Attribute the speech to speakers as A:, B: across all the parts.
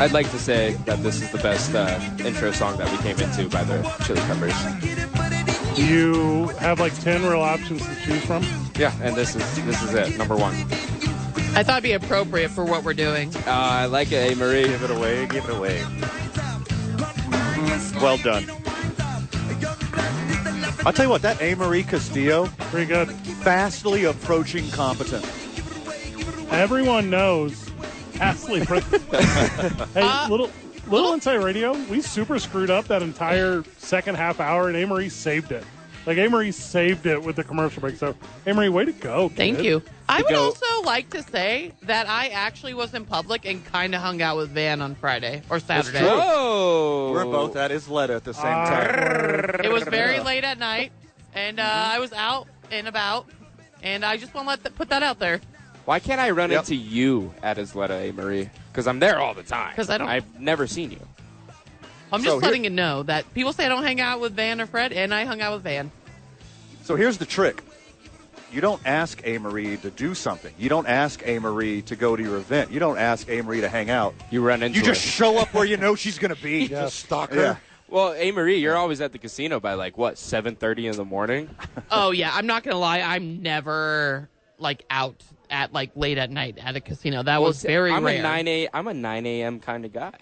A: I'd like to say that this is the best uh, intro song that we came into by the Chili Peppers.
B: You have like 10 real options to choose from.
A: Yeah, and this is this is it, number one.
C: I thought it'd be appropriate for what we're doing.
A: Uh, I like it, eh, Marie.
D: Give it away, give it away. Well done. I'll tell you what, that A. Marie Castillo,
B: Pretty good.
D: fastly approaching competent.
B: Everyone knows Astley. Prin- hey,
C: Uh,
B: little little inside radio. We super screwed up that entire second half hour, and Amory saved it. Like Amory saved it with the commercial break. So Amory, way to go!
C: Thank
B: kid.
C: you. I would
A: go-
C: also like to say that I actually was in public and kind of hung out with Van on Friday or Saturday.
D: true.
A: Whoa!
D: We're both at Isleta at the same time.
B: Awkward.
C: It was very late at night, and uh,
D: Mm-hmm.
C: I was out and about, and I just want to let th- put that out there.
A: Why can't I run
D: Yep.
A: into you at Isleta, eh, Marie? Because I'm there all the time.
C: 'Cause I don't-
A: I've never seen you.
C: I'm
D: So
C: just
D: here-
C: letting you know that people say I don't hang out with Van or Fred, and I hung out with Van.
D: So here's the trick. You don't ask A. Marie to do something. You don't ask A. Marie to go to your event. You don't ask A. Marie to hang out.
A: You run into
D: You just
A: her.
D: show up where you know she's going to be.
E: Just stalk her.
D: Yeah.
A: Well, hey Marie, you're always at the casino by like what, seven thirty in the morning?
C: Oh yeah, I'm not gonna lie, I'm never like out at like late at night at a casino. That was very
A: I'm
C: rare.
A: a nine a I'm a nine a.m. kind of guy.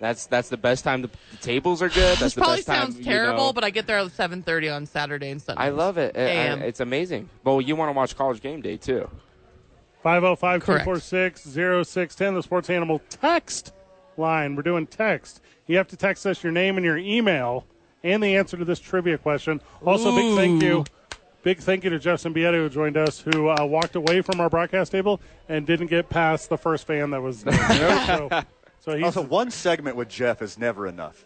A: That's that's the best time. The, the tables are good. That's
C: this
A: the
C: probably
A: best time.
C: sounds terrible,
A: you know.
C: but I get there at 7:30 on Saturday and Sunday.
A: I love it. I- I-
C: AM.
A: it's amazing. Well, you want to watch College Game Day too?
B: 505-246-0610, the Sports Animal text line. We're doing text. You have to text us your name and your email and the answer to this trivia question. Also, big thank you. Big thank you to Justin Bietta who joined us, who uh, walked away from our broadcast table and didn't get past the first fan that was there. so, so he's
D: Also, one segment with Jeff is never enoff.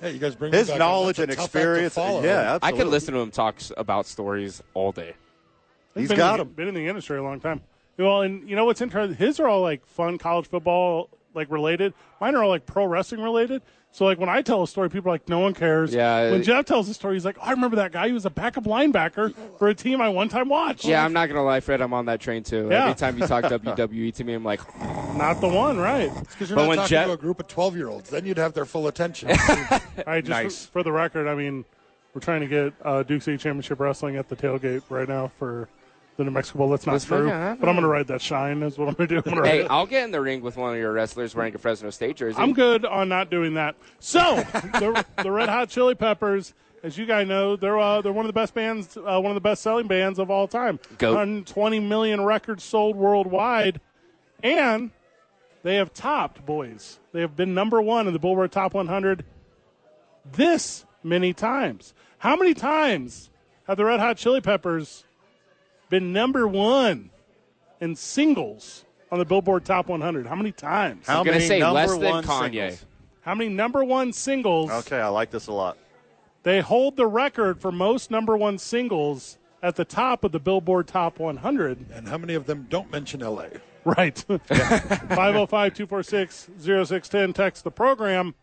E: Hey, you guys bring me
D: His
E: back.
D: knowledge
E: That's
D: and
E: a tough act to
D: experience. Yeah,
E: follow.
D: absolutely.
A: I could listen to him talk s- about stories all day.
D: He's
B: been
D: got
B: in, the-
D: him.
B: Been in the industry a long time. Well, and you know what's interesting? His are all like fun college football like related. Mine are all like pro wrestling related. So like when I tell a story, people are like, no one cares.
A: Yeah. uh,
B: When Jeff tells a story, he's like, oh, I remember that guy. He was a backup linebacker for a team I one time watched.
A: Yeah, I'm not gonna lie, Fred. I'm on that train too.
B: Yeah.
A: Anytime you talk WWE to me, I'm like,
B: Not the one, right?
E: Because you're
A: But
E: not
A: when
E: talking
A: Jeff-
E: to a group of 12 year olds, then you'd have their full attention.
B: All right, just
D: Nice.
B: for, for the record, I mean, we're trying to get uh, Duke City Championship Wrestling at the tailgate right now for the New Mexico Bowl. That's not
A: Let's
B: true.
A: look
B: But
A: at
B: I'm
A: it.
B: going to ride that shine is what I'm going to do. I'm gonna ride
A: hey,
B: it.
A: I'll get in the ring with one of your wrestlers wearing a Fresno State jersey.
B: I'm good on not doing that. So the, the Red Hot Chili Peppers, as you guys know, they're uh, they're one of the best bands, uh, one of the best selling bands of all time.
A: Goat.
B: 120 million records sold worldwide, and they have topped boys. They have been number one in the Billboard Top 100 this many times. How many times have the Red Hot Chili Peppers been number one in singles on the Billboard Top 100? How many times?
D: How
A: I'm gonna
D: many
A: say
D: number
A: less than
D: one
A: Kanye.
D: singles?
B: How many number one singles?
D: Okay, I like this a lot.
B: They hold the record for most number one singles at the top of the Billboard Top 100.
E: and how many of them don't mention LA?
B: Right. 505 246 0610. Text the program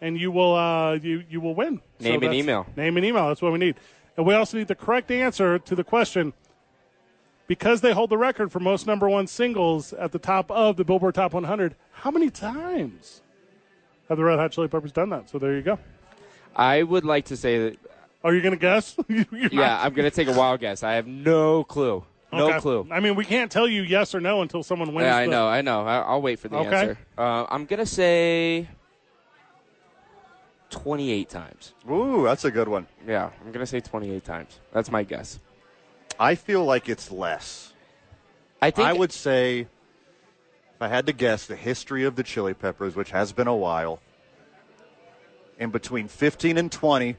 B: and you will uh, you, you will win.
A: Name and
B: that's-
A: email.
B: Name and email. That's what we need. And we also need the correct answer to the question. Because they hold the record for most number one singles at the top of the Billboard Top 100, how many times have the Red Hot Chili Peppers done that? So there you go.
A: I would like to say that.
B: Are you going to guess? You're not
A: Yeah, I'm gonna take a wild guess. I have no clue. No
B: Okay.
A: clue.
B: I mean, we can't tell you yes or no until someone wins.
A: Yeah, I
B: the-
A: know, I know. I, I'll wait for the
B: Okay.
A: answer. Uh, I'm gonna say 28 times.
D: Ooh, that's a good one.
A: Yeah, I'm gonna say 28 times. That's my guess.
D: I feel like it's less.
A: I think
D: I would say, if I had to guess, the history of the Chili Peppers, which has been a while, in between 15 and 20,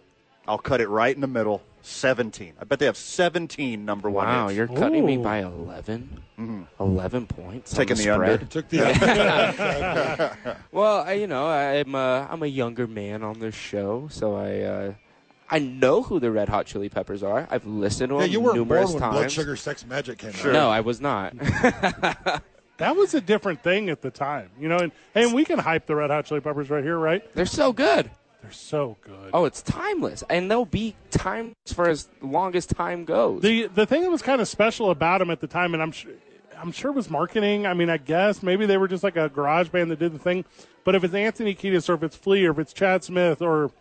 D: I'll cut it right in the middle. 17. I bet they have 17 number one
A: Wow,
D: hits.
A: you're cutting me
B: Ooh.
A: by 11?
E: Mm-hmm.
A: 11 points? on
D: taking the,
A: spread?
D: under.
E: Took the
A: Well, I, you know, I'm a, I'm a younger man on this show, so I uh, I know who the Red Hot Chili Peppers are. I've listened to
E: yeah,
A: them
E: you weren't born
A: numerous
E: when
A: times.
E: Blood Sugar Sex Magic came out.
A: No, I was not.
B: That was a different thing at the time, you know. And hey, and we can hype the Red Hot Chili Peppers right here, right?
A: They're so good.
B: They're so good.
A: Oh, it's timeless, and they'll be timeless for as long as time goes.
B: The the thing that was kind of special about them at the time, and I'm sure, I'm sure it was marketing. I mean, I guess maybe they were just like a garage band that did the thing. But if it's Anthony Kiedis or if it's Flea or if it's Chad Smith or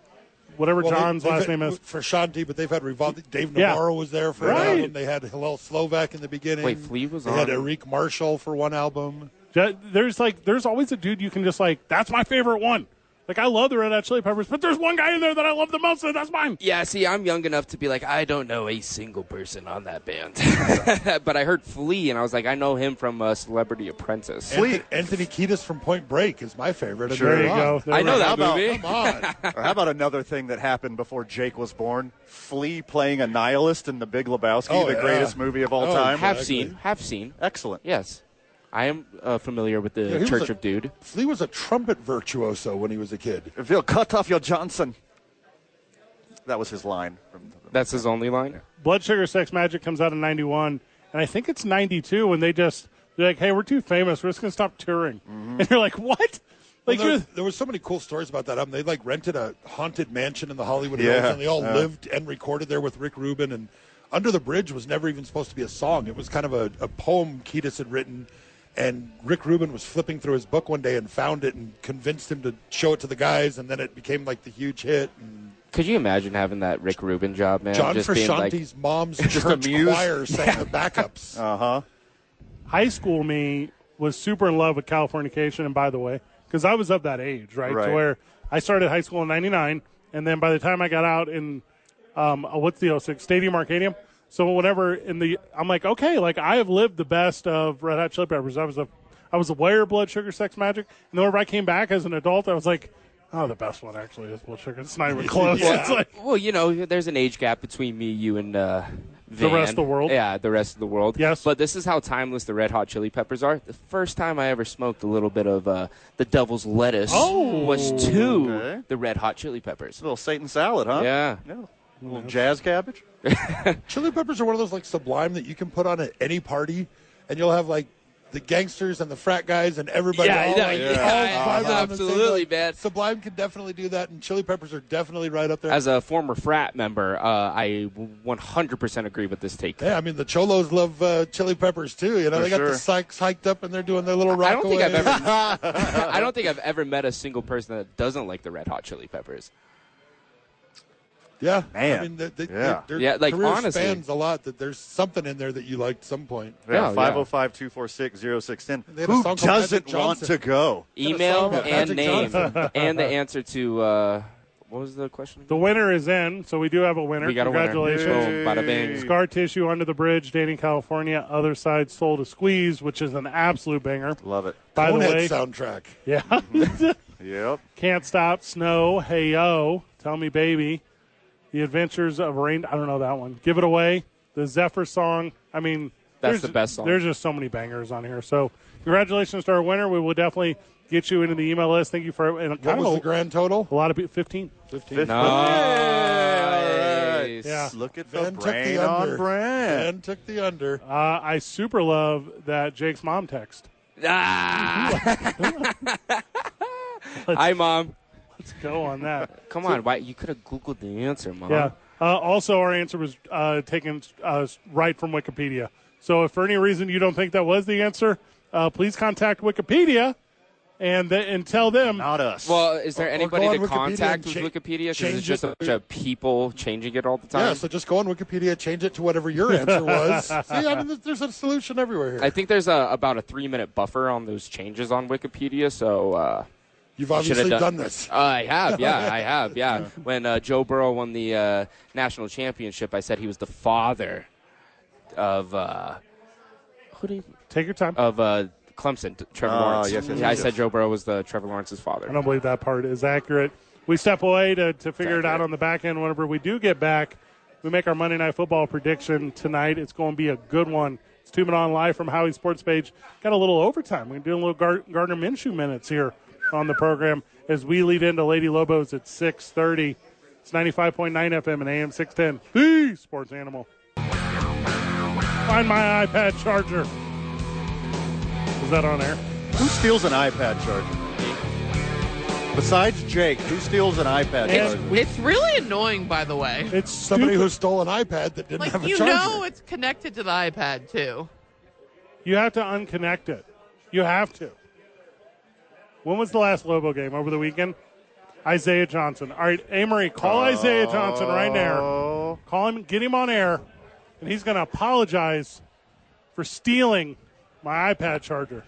B: whatever
E: Well, they-
B: John's
E: they've
B: last
E: had-
B: name is,
E: for Shanti, but they've had Revolve. Dave
B: Yeah.
E: Navarro was there for
B: Right.
E: an album. They had Hillel Slovak in the beginning.
A: Wait, Flea was
E: they
A: on-
E: had Eric Marshall for one album.
B: ju- there's like there's always a dude you can just like that's my favorite one. Like I love the Red Hot Chili Peppers, but there's one guy in there that I love the most, and that's mine.
A: yeah, see, I'm young enough to be like, I don't know a single person on that band, but I heard Flea, and I was like, I know him from uh, Celebrity Apprentice.
E: Anthony, Anthony Kiedis from Point Break is my favorite. and
D: Sure.
E: they're
B: There you
E: on.
B: go. There
A: I
B: we
A: know
B: go.
A: that
D: about-
A: movie.
E: Come on.
D: Or How about another thing that happened before Jake was born? Flea playing a nihilist in The Big Lebowski,
E: Oh,
D: the
E: yeah.
D: greatest movie of all
E: Oh,
D: time.
A: Have
E: Exactly.
A: seen, have seen.
D: Excellent.
A: Yes, I am uh, familiar with the
E: Yeah, he was
A: Church
E: a-
A: of Dude.
E: Flea was a trumpet virtuoso when he was a kid.
D: If you'll cut off your Johnson. That was his line. From the,
A: That's his only line.
B: Blood Sugar Sex Magic comes out in 91, and I think it's 92 when they just, they're like, hey, we're too famous. We're just going to stop touring.
A: Mm-hmm.
B: And you're like, what?
E: Well,
B: Like,
E: there,
B: you're,
E: there was so many cool stories about that album. They like rented a haunted mansion in the Hollywood
D: Yeah.
E: Hills, and they all
D: Uh.
E: lived and recorded there with Rick Rubin. And "Under the Bridge" was never even supposed to be a song. It was kind of a, a poem Kiedis had written, and Rick Rubin was flipping through his book one day and found it and convinced him to show it to the guys, and then it became like the huge hit. And
A: Could you imagine having that Rick Rubin job, man?
E: John
A: just being like,
E: Frusciante's mom's church
D: a muse.
E: choir sang the backups.
D: uh huh.
B: high school me was super in love with Californication, and by the way, because I was of that age, right?
D: Right.
B: To where I started high school in 99, and then by the time I got out in, um, uh, what's the 06? Stadium Arcadium. So whenever in the, I'm like, okay, like I have lived the best of Red Hot Chili Peppers. I was a, I was aware of Blood Sugar Sex Magic, and then whenever I came back as an adult, I was like, oh, the best one actually is Blood Sugar. It's not even close. It's like,
A: well, you know, there's an age gap between me, you, and uh, Van.
B: rest of the world?
A: Yeah, the rest of the world.
B: Yes.
A: But this is how timeless the Red Hot Chili Peppers are. The first time I ever smoked a little bit of uh, the Devil's Lettuce
B: Oh,
A: was to
D: Okay.
A: the Red Hot Chili Peppers.
D: It's a little Satan salad, huh?
A: Yeah.
D: little jazz cabbage.
E: Chili peppers are one of those like sublime that you can put on at any party, and you'll have like the gangsters and the frat guys and everybody.
A: Yeah,
E: all,
A: yeah,
E: like,
A: yeah,
E: all vibing
A: yeah,
E: on the same,
A: absolutely,
E: like,
A: man.
E: Sublime can definitely do that, and Chili Peppers are definitely right up there.
A: As a former frat member, uh, I 100% agree with this take.
E: yeah, I mean the Cholos love uh, Chili Peppers too. You know,
D: For
E: they got
D: sure.
E: the Sykes hiked up and they're doing their little rock.
A: I don't think I've
E: away.
A: ever. I don't think I've ever met a single person that doesn't like the Red Hot Chili Peppers.
E: Yeah,
D: Man.
E: I mean, they, they,
D: Yeah.
E: their
A: Yeah, like,
E: career
A: honestly.
E: spans a lot. That there's something in there that you liked some point.
A: Yeah, yeah.
D: 505 246 0610.
E: They had a
D: Who
E: song called Magic
D: doesn't want
E: Johnson.
D: to go?
A: Email
E: song about
A: and
E: Magic
A: name
E: Johnson.
A: and the answer to uh, what was the question?
B: the winner is in, so we do have a winner.
A: We got a winner.
B: Congratulations.
A: Boom, bada bing.
B: Scar Tissue Under the Bridge, Danny California, Other Side Soul to Squeeze, which is an absolute banger.
D: Love it.
B: By the
E: Bonehead
B: way,
E: soundtrack.
B: yeah.
D: Yep.
B: Can't Stop, Snow, Hey Yo, Tell Me Baby, The Adventures of Rain. I don't know that one. Give It Away, the Zephyr song. I mean,
A: That's
B: there's-
A: the best song.
B: There's just so many bangers on here. So, congratulations to our winner. We will definitely get you into the email list. Thank you for and
E: What
B: kind
E: was
B: of
E: the
B: a,
E: grand total?
B: a lot of people. 15.
D: Fifth-
A: Nice.
B: Yeah.
D: Look at the
E: Van took
D: brain
E: the
D: on
E: under.
D: brand.
E: Van took the under.
B: Uh, I super love that Jake's mom text.
A: Ah. Hi, mom.
B: Let's go on that.
A: Come on, why you could have googled the answer, mom.
B: Yeah. Uh, also, our answer was uh, taken uh, right from Wikipedia. So, if for any reason you don't think that was the answer, uh, please contact Wikipedia and th- and tell them.
D: Not us.
A: Well, is there
E: Or- or
A: anybody
E: go on Wikipedia
A: to
E: and
A: contact with
E: cha-
A: Wikipedia? Because
E: change
A: it's just
E: it.
A: a bunch of people changing it all the time.
E: Yeah, so just go on Wikipedia, change it to whatever your answer was. See, I mean, there's- there's a solution everywhere
A: I
E: here.
A: think there's a, about a three minute buffer on those changes on Wikipedia. So uh,
E: You've
A: should've
E: obviously
A: done-
E: done, this.
A: I have, yeah, I have, yeah. When uh, Joe Burrow won the uh, national championship, I said he was the father of uh, who do you,
B: Take your time.
A: of uh, Clemson, Trevor
D: Oh,
A: Lawrence.
D: yes, yes,
A: yeah, I
D: yes.
A: said Joe Burrow was the Trevor Lawrence's father.
B: I don't believe that part is accurate. We step away to, to figure it out
A: accurate.
B: on the back end whenever we do get back. We make our Monday Night Football prediction tonight. It's going to be a good one. It's two minutes on live from Howie Sports Page. Got a little overtime. We're doing a little Gar- Gardner Minshew minutes here on the program as we lead into Lady Lobos at 6:30. It's 95.9 FM and AM 610. The Sports Animal. Find my iPad charger. Is that on air?
D: Who steals an iPad charger? Besides Jake, who steals an iPad
B: And-
D: charger?
C: It's really annoying, by the way.
B: It's
E: Somebody
B: stupid.
E: who stole an iPad that didn't
C: Like
E: have a
C: you
E: charger.
C: know, it's connected to the iPad too.
B: You have to unconnect it. You have to. When was the last Lobo game? Over the weekend? Isaiah Johnson. All right, Amory, call Isaiah Johnson right
D: Oh.
B: now. Call him, get him on air, and he's going to apologize for stealing my iPad charger.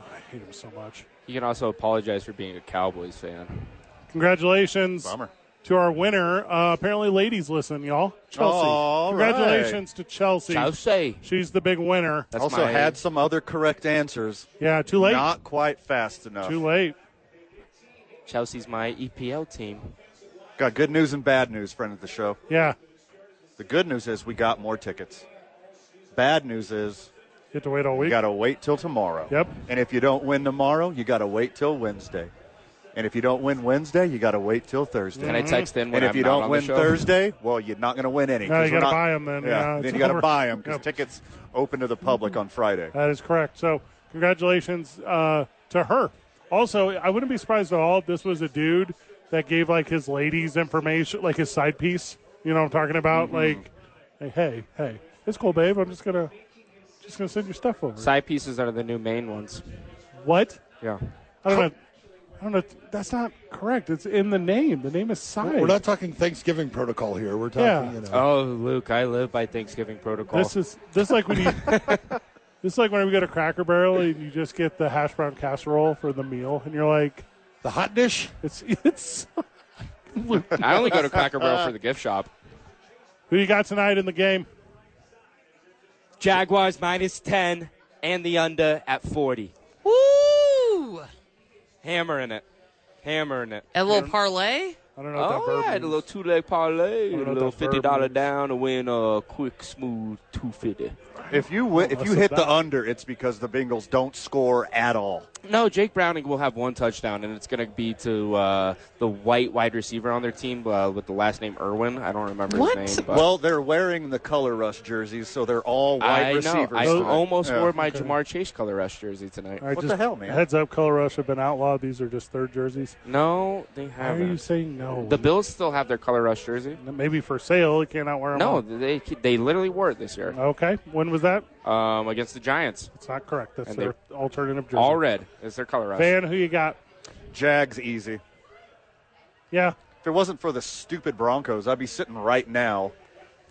B: Oh, I hate him so much.
A: You can also apologize for being a Cowboys fan.
B: Congratulations
D: Bummer.
B: to our winner. Uh, apparently, ladies listen, y'all. Chelsea.
D: All right.
B: Congratulations to Chelsea.
A: Chelsea.
B: She's the big winner.
A: That's
D: also
A: my-
D: had some other correct answers.
B: Yeah, too late.
D: Not quite fast enough.
B: Too late.
A: Chelsea's my EPL team.
D: Got good news and bad news, friend of the show.
B: Yeah,
D: The good news is we got more tickets. Bad news is
B: you have to wait all
D: you
B: week.
D: got to wait till tomorrow.
B: Yep.
D: And if you don't win tomorrow, you got to wait till Wednesday. And if you don't win Wednesday, you got to wait till Thursday.
A: Can I text in when
D: and if
A: I'm
D: you
A: not
D: don't
A: on
D: win
A: the show?
D: Thursday, well, you're not going to win any.
B: No,
D: 'cause
B: you
D: we're
B: gotta
D: not-
B: buy 'em then. Yeah, it's
D: then you got
B: over.
D: to buy them because
B: Yep.
D: tickets open to the public on Friday.
B: That is correct. So, congratulations uh, to her. Also, I wouldn't be surprised at all if this was a dude that gave like his ladies information, like his side piece. You know what I'm talking about? Like, like, hey, hey, it's cool, babe. I'm just gonna, just gonna send your stuff over.
A: Side pieces are the new main ones.
B: what?
A: Yeah.
B: I don't know. I don't know. That's not correct. It's in the name. The name is side.
E: We're not talking Thanksgiving protocol here. We're talking,
B: Yeah.
E: you know.
A: Oh, Luke, I live by Thanksgiving protocol.
B: This is this is like when you this is like when we go to Cracker Barrel and you just get the hash brown casserole for the meal, and you're like,
E: The hot dish?
B: it's it's.
A: I only go to Cracker Barrel for the gift shop.
B: Who you got tonight in the game?
A: Jaguars minus 10 and the under at 40.
C: Woo!
A: Hammering it. Hammering it.
C: A little parlay.
B: I don't know what that
A: Oh,
B: verb
A: yeah, a
B: means.
A: little two leg parlay, a
B: know what
A: little
B: that verb
A: fifty dollar
B: means.
A: down to win a quick smooth two fifty.
D: If you win, if you
B: that's
D: hit
B: a
D: the
B: bad-
D: under, it's because the Bengals don't score at all.
A: No, Jake Browning will have one touchdown, and it's going to be to uh, the white wide receiver on their team uh, with the last name Irwin. I don't remember
C: What?
A: his name. But
D: Well, they're wearing the color rush jerseys, so they're all wide
A: I know.
D: receivers.
A: I
D: tonight.
A: almost
D: Yeah.
A: wore my Jamar Chase color rush jersey tonight.
B: All right,
D: What
B: just
D: the hell, man?
B: Heads up, Color Rush have been outlawed. These are just third jerseys.
A: No, they
B: Why are you
A: haven't.
B: saying no?
A: The Bills still have their color rush jersey.
B: Maybe for sale. You cannot wear them.
A: No,
B: all.
A: they they literally wore it this year
B: Okay. When was that?
A: um, against the Giants.
B: It's not correct. That's
A: And
B: their alternative jersey.
A: All red is their color rush.
B: Van, who you got?
D: Jags easy.
B: Yeah.
D: If it wasn't for the stupid Broncos, I'd be sitting right now.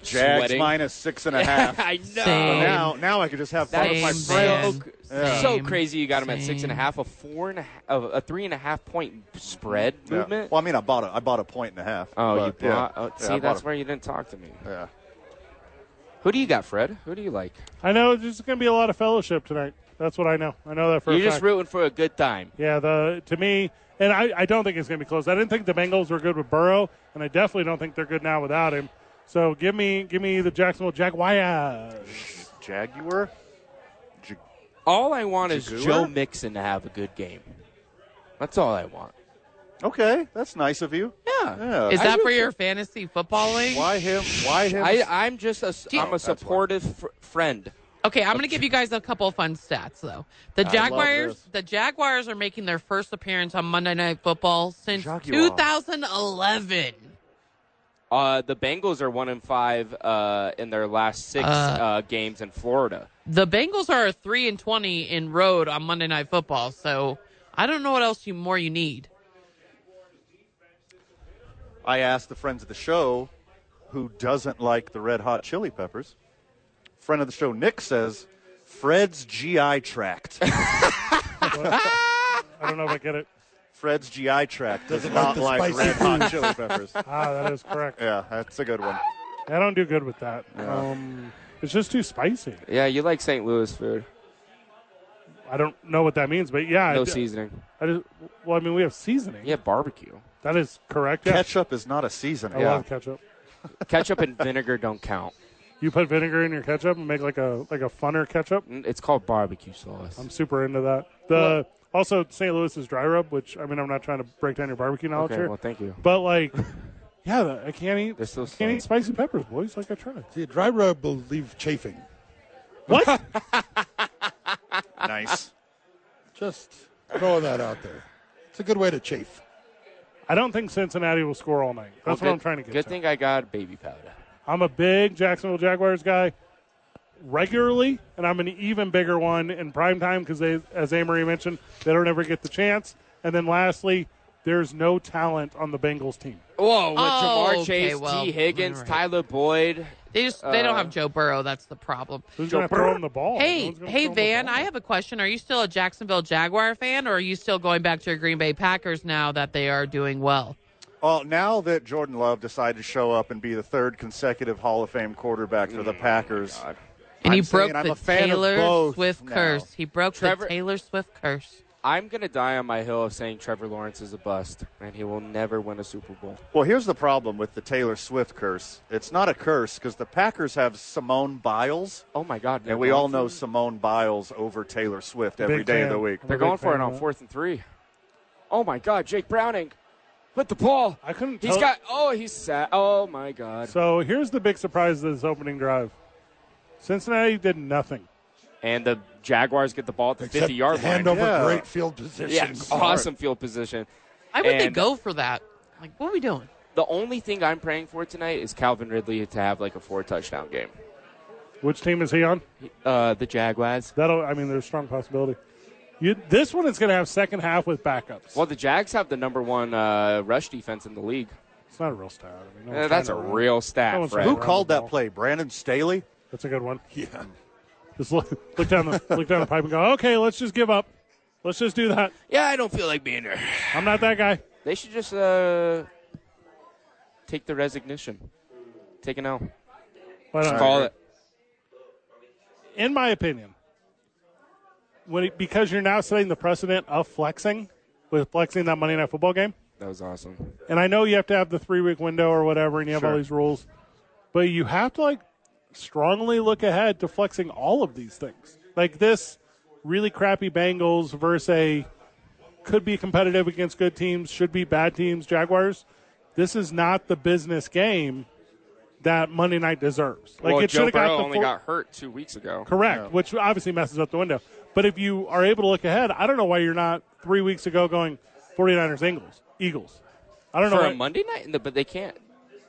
D: Jags
A: Sweating.
D: minus six and a half.
A: I
D: But
C: Same.
A: know.
D: now, now I could just have fun
A: That
D: with my
A: is
C: Same, man.
D: friends.
A: so,
C: Yeah.
A: so
C: Same.
A: crazy. You got him at six and a
C: Same.
A: half, a four and a half, a, a three and a half point spread
D: Yeah.
A: movement.
D: Well, I mean, I bought a, I bought a point and a half.
A: Oh,
D: but
A: you
D: yeah.
A: brought.
D: Yeah,
A: Oh,
D: I
A: see,
D: bought
A: that's
D: a-
A: where you didn't talk to me.
D: Yeah.
A: Who do you got, Fred? Who do you like?
B: I know there's going to be a lot of fellowship tonight. That's what I know. I know that for a
A: You're just
B: fact.
A: rooting for a good time.
B: Yeah, the to me, and I, I don't think it's going to be close. I didn't think the Bengals were good with Burrow, and I definitely don't think they're good now without him. So give me give me the Jacksonville Jaguars.
D: Jaguar. Jag-
A: All I want is
D: Jaguar?
A: Joe Mixon to have a good game. That's all I want.
D: okay, that's nice of you.
A: Yeah.
D: Yeah.
C: Is
A: I
C: that for
A: would-
C: your fantasy football league?
D: why him? Why him?
A: I, I'm just a,
C: Do you-
A: am a supportive fr- friend.
C: Okay, I'm going to give you guys a couple of fun stats though. The
D: love
C: Jaguars,
D: this.
C: the Jaguars are making their first appearance on Monday Night Football since
D: Jaguars.
C: 2011.
A: Uh, the Bengals are one and five uh, in their last six uh, games in Florida.
C: The Bengals are 3 and 20 in road on Monday Night Football, so I don't know what else you more you need.
D: I asked the friends of the show who doesn't like the Red Hot Chili Peppers. Friend of the show Nick says Fred's GI tract.
B: I don't know if I get it.
D: Fred's GI tract does
E: Doesn't like
D: not
E: the
D: like
E: spicy
D: Red Hot Chili Peppers.
B: Ah, that is correct.
D: Yeah, that's a good one.
B: I don't do good with that. Um, it's just too spicy.
A: Yeah, you like St. Louis food?
B: I don't know what that means, but yeah, I
A: No
B: d-
A: seasoning.
B: I just, well, I mean, we have seasoning.
A: You have barbecue.
B: That is correct. Yeah,
D: Ketchup is not a seasoning.
B: I love ketchup.
A: Ketchup and vinegar don't count.
B: You put vinegar in your ketchup and make like a like a funner ketchup.
A: Mm, It's called barbecue sauce.
B: I'm super into that. The also St. Louis's dry rub, which I mean I'm not trying to break down your barbecue knowledge
A: okay,
B: here,
A: well, thank you.
B: but like, yeah, the- I can't eat.
A: They're so
B: I can't eat spicy peppers, boys. Like I tried.
E: See, a dry rub will leave chafing.
B: What?
D: nice.
E: Just throwing that out there. It's a good way to chafe.
B: I don't think Cincinnati will score all night. That's
A: Well,
B: what
A: good-
B: I'm trying to get.
A: Good
B: to.
A: thing I got baby powder.
B: I'm a big Jacksonville Jaguars guy regularly, and I'm an even bigger one in primetime because they, as Amory mentioned, they don't ever get the chance. And then lastly, there's no talent on the Bengals team.
A: Whoa, with
C: Oh,
A: Jamar
C: okay,
A: Chase,
C: well,
A: T. Higgins,
C: all right.
A: Tyler Boyd.
C: They just they don't
A: Uh,
C: have Joe Burrow. That's the problem.
B: Who's going to throw him the ball? No
C: Hey,
B: one's gonna
C: hey
B: throw him the
C: Van,
B: ball.
C: I have a question. Are you still a Jacksonville Jaguar fan, or are you still going back to your Green Bay Packers now that they are doing well?
D: Well, now that Jordan Love decided to show up and be the third consecutive Hall of Fame quarterback for the Packers,
C: And he
D: I'm
C: broke
D: saying I'm
C: the
D: a fan of
C: Taylor
D: both
C: Swift
D: now.
C: curse. He broke
A: Trevor-
C: the Taylor Swift curse.
A: I'm going to die on my hill of saying Trevor Lawrence is a bust, and he will never win a Super Bowl.
D: well, here's the problem with the Taylor Swift curse. It's not a curse because the Packers have Simone Biles,
A: Oh, my God.
D: and we all know Simone Biles over Taylor Swift every
B: Big
D: day of
B: fan.
D: the week.
B: I'm a
A: They're
B: big
A: going for it
B: fan of
A: on
B: that.
A: fourth and three. Oh, my God. Jake Browning. With the ball.
B: I couldn't
A: He's
B: tell-
A: got. Oh, he's sad. Oh, my God.
B: So here's the big surprise of this opening drive. Cincinnati did nothing.
A: And the Jaguars get the ball at the 50 yard line.
E: hand over
D: Yeah.
E: great field position.
A: Yeah, awesome field position.
C: Why would they
A: And-
C: go for that? Like, what are we doing?
A: The only thing I'm praying for tonight is Calvin Ridley to have like a four touchdown game.
B: Which team is he on?
A: Uh, the Jaguars.
B: That'll. I mean, there's a strong possibility. You, this one is going to have second half with backups.
A: Well, the Jags have the number one uh, rush defense in the league.
B: It's not a real stat. I mean, no
A: Uh,
B: one's
A: that's a
B: trying to-
A: real
B: No
A: stat,
B: one's
A: Fred.
D: Who
B: Around
D: called
B: the
D: that
B: ball.
D: play? Brandon Staley?
B: That's a good one.
E: Yeah.
B: Just look, look down the look down the pipe and go, okay, let's just give up. Let's just do that.
A: Yeah, I don't feel like being there.
B: I'm not that guy.
A: They should just uh, take the resignation. Take an L.
B: Why not?
A: Call it.
B: uh, In my opinion, when it, because you're now setting the precedent of flexing with flexing that Monday Night Football game,
A: That was awesome.
B: and I know you have to have the three week window or whatever, and you have all
D: Sure.
B: these rules, but you have to like strongly look ahead to flexing all of these things. Like this really crappy Bengals versus a could be competitive against good teams, should be bad teams, Jaguars. This is not the business game that Monday night deserves. Like
A: well,
B: it should
A: Joe
B: have got
A: Burrow
B: the
A: only
B: four-
A: got hurt two weeks ago.
B: Correct, which obviously messes up the window. But if you are able to look ahead, I don't know why you're not three weeks ago going 49ers, Eagles, Eagles. I don't know
A: For
B: why,
A: a Monday night, in the- but they can't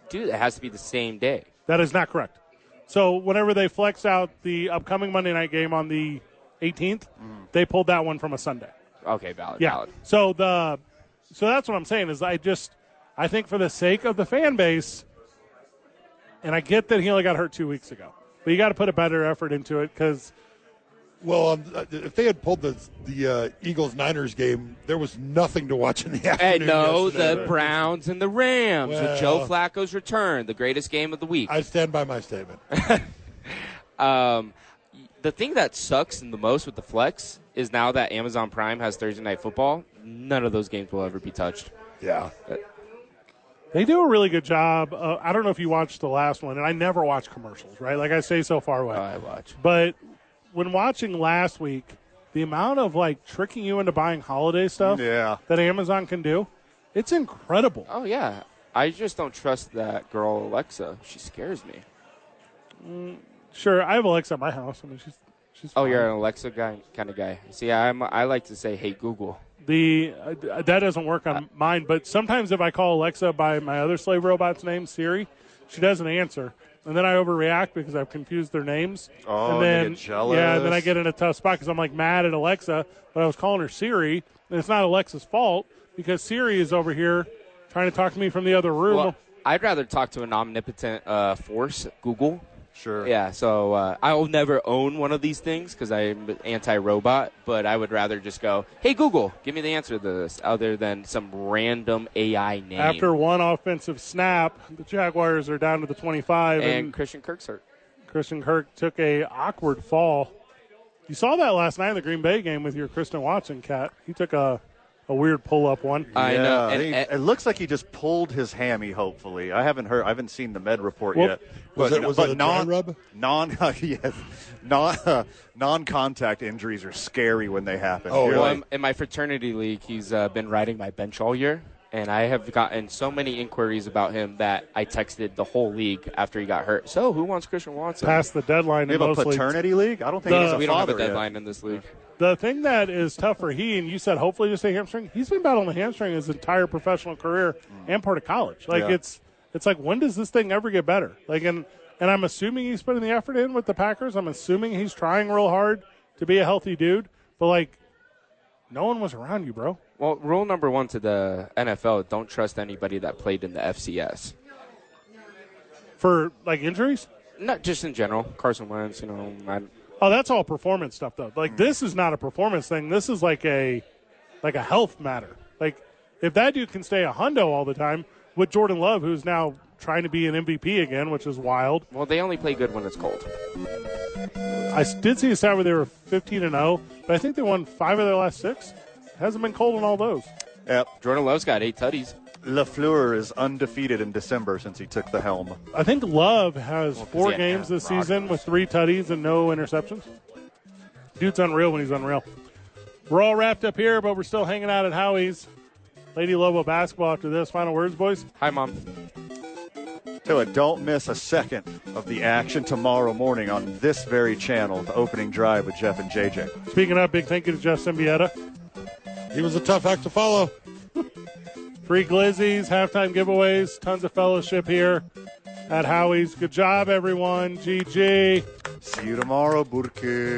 A: do that. It has to be the same day.
B: That is not correct. So whenever they flex out the upcoming Monday night game on the 18th, they pulled that one from a Sunday.
A: Okay, valid.
B: Yeah.
A: Valid.
B: So the so that's what I'm saying is I just I think for the sake of the fan base, and I get that he only got hurt two weeks ago, but you got to put a better effort into it because
E: Well, um, uh, if they had pulled the the uh, Eagles Niners game, there was nothing to watch in the
A: And
E: afternoon.
A: no,
E: yesterday.
A: the Browns and the Rams with Joe
E: Well-
A: Flacco's return, the greatest game of the week.
E: I stand by my statement.
A: Um, the thing that sucks the most with the flex is now that Amazon Prime has Thursday Night Football, none of those games will ever be touched.
E: yeah.
B: They do a really good job. Uh, I don't know if you watched the last one, and I never watch commercials, right? Like I stay so far away.
A: I watch.
B: But when watching last week, the amount of like tricking you into buying holiday stuff
D: Yeah.
B: that Amazon can do, it's incredible.
A: Oh yeah, I just don't trust that girl Alexa. She scares me.
B: Sure, I have Alexa at my house. I mean, she's she's.
A: Oh,
B: fine.
A: you're an Alexa guy kind of guy. See, I'm I like to say, "Hey Google."
B: the uh, that doesn't work on mine. But sometimes if I call Alexa by my other slave robot's name, Siri, she doesn't answer, and then I overreact because I've confused their names. and
D: Oh, and you
B: then
D: get jealous.
B: yeah, and then I get in a tough spot because I'm like mad at Alexa, but I was calling her Siri, and it's not Alexa's fault because Siri is over here trying to talk to me from the other room.
A: Well, I'd rather talk to an omnipotent uh, force, Google.
D: Sure.
A: Yeah, so uh, I'll never own one of these things because I'm anti-robot, but I would rather just go, "Hey Google, give me the answer to this," other than some random AI name.
B: After one offensive snap, the Jaguars are down to the 25,
A: and Christian Kirk's hurt.
B: Christian Kirk took a awkward fall. You saw that last night in the Green Bay game with your Christian Watson cat. He took a a weird pull up one.
A: I
D: yeah,
A: know. And,
D: he-
A: and-
D: it looks like he just pulled his hammy. Hopefully, I haven't heard. I haven't seen the med report
B: Well,
D: yet.
E: Was
D: but
E: it- was
D: but
E: it a dry
D: non
E: rub?
D: non yes, non non contact injuries are scary when they happen.
E: Oh,
D: You're
E: yeah.
A: well,
D: like,
A: in- in my fraternity league, he's uh, been riding my bench all year, and I have gotten so many inquiries about him that I texted the whole league after he got hurt. So, who wants Christian Watson?
B: Past the deadline
D: we
B: in
D: have a
B: most leagues.
D: paternity league. I don't think
B: The-
D: he's a
A: we don't have a
D: father yet.
A: deadline in this league.
B: The thing that is tough for he and you said hopefully just a hamstring. He's been battling a hamstring his entire professional career and part of college. Like
D: Mm. Yeah.
B: it's it's like when does this thing ever get better? Like and and I'm assuming he's putting the effort in with the Packers. I'm assuming he's trying real hard to be a healthy dude. But like, no one was around you, bro.
A: Well, rule number one to the NFL: don't trust anybody that played in the FCS.
B: For like injuries.
A: Not just in general, Carson Wentz. You know, I,
B: Oh, that's all performance stuff though. Like this is not a performance thing. This is like a like a health matter. Like if that dude can stay a hundo all the time with Jordan Love, who's now trying to be an MVP again, which is wild.
A: well, they only play good when it's cold.
B: I s- did see a stat where they were 15 and 0, but I think they won five of their last six. Hasn't been cold in all those.
D: Yep.
A: Jordan Love's got eight tutties.
D: Lafleur is undefeated in December since he took the helm.
B: I think Love has four
D: yeah,
B: games this
D: Rodgers.
B: season with three tutties and no interceptions. Dude's unreal when he's unreal. We're all wrapped up here, but we're still hanging out at Howie's. Lady Lobo basketball after this. Final words, boys.
A: Hi, mom.
D: So don't miss a second of the action tomorrow morning on this very channel, the opening drive with Jeff and JJ.
B: Speaking of, big thank you to Jeff Symbieta.
E: He was a tough act to follow.
B: Free glizzies, halftime giveaways, tons of fellowship here at Howie's. Good job, everyone. GG.
D: See you tomorrow, Burke.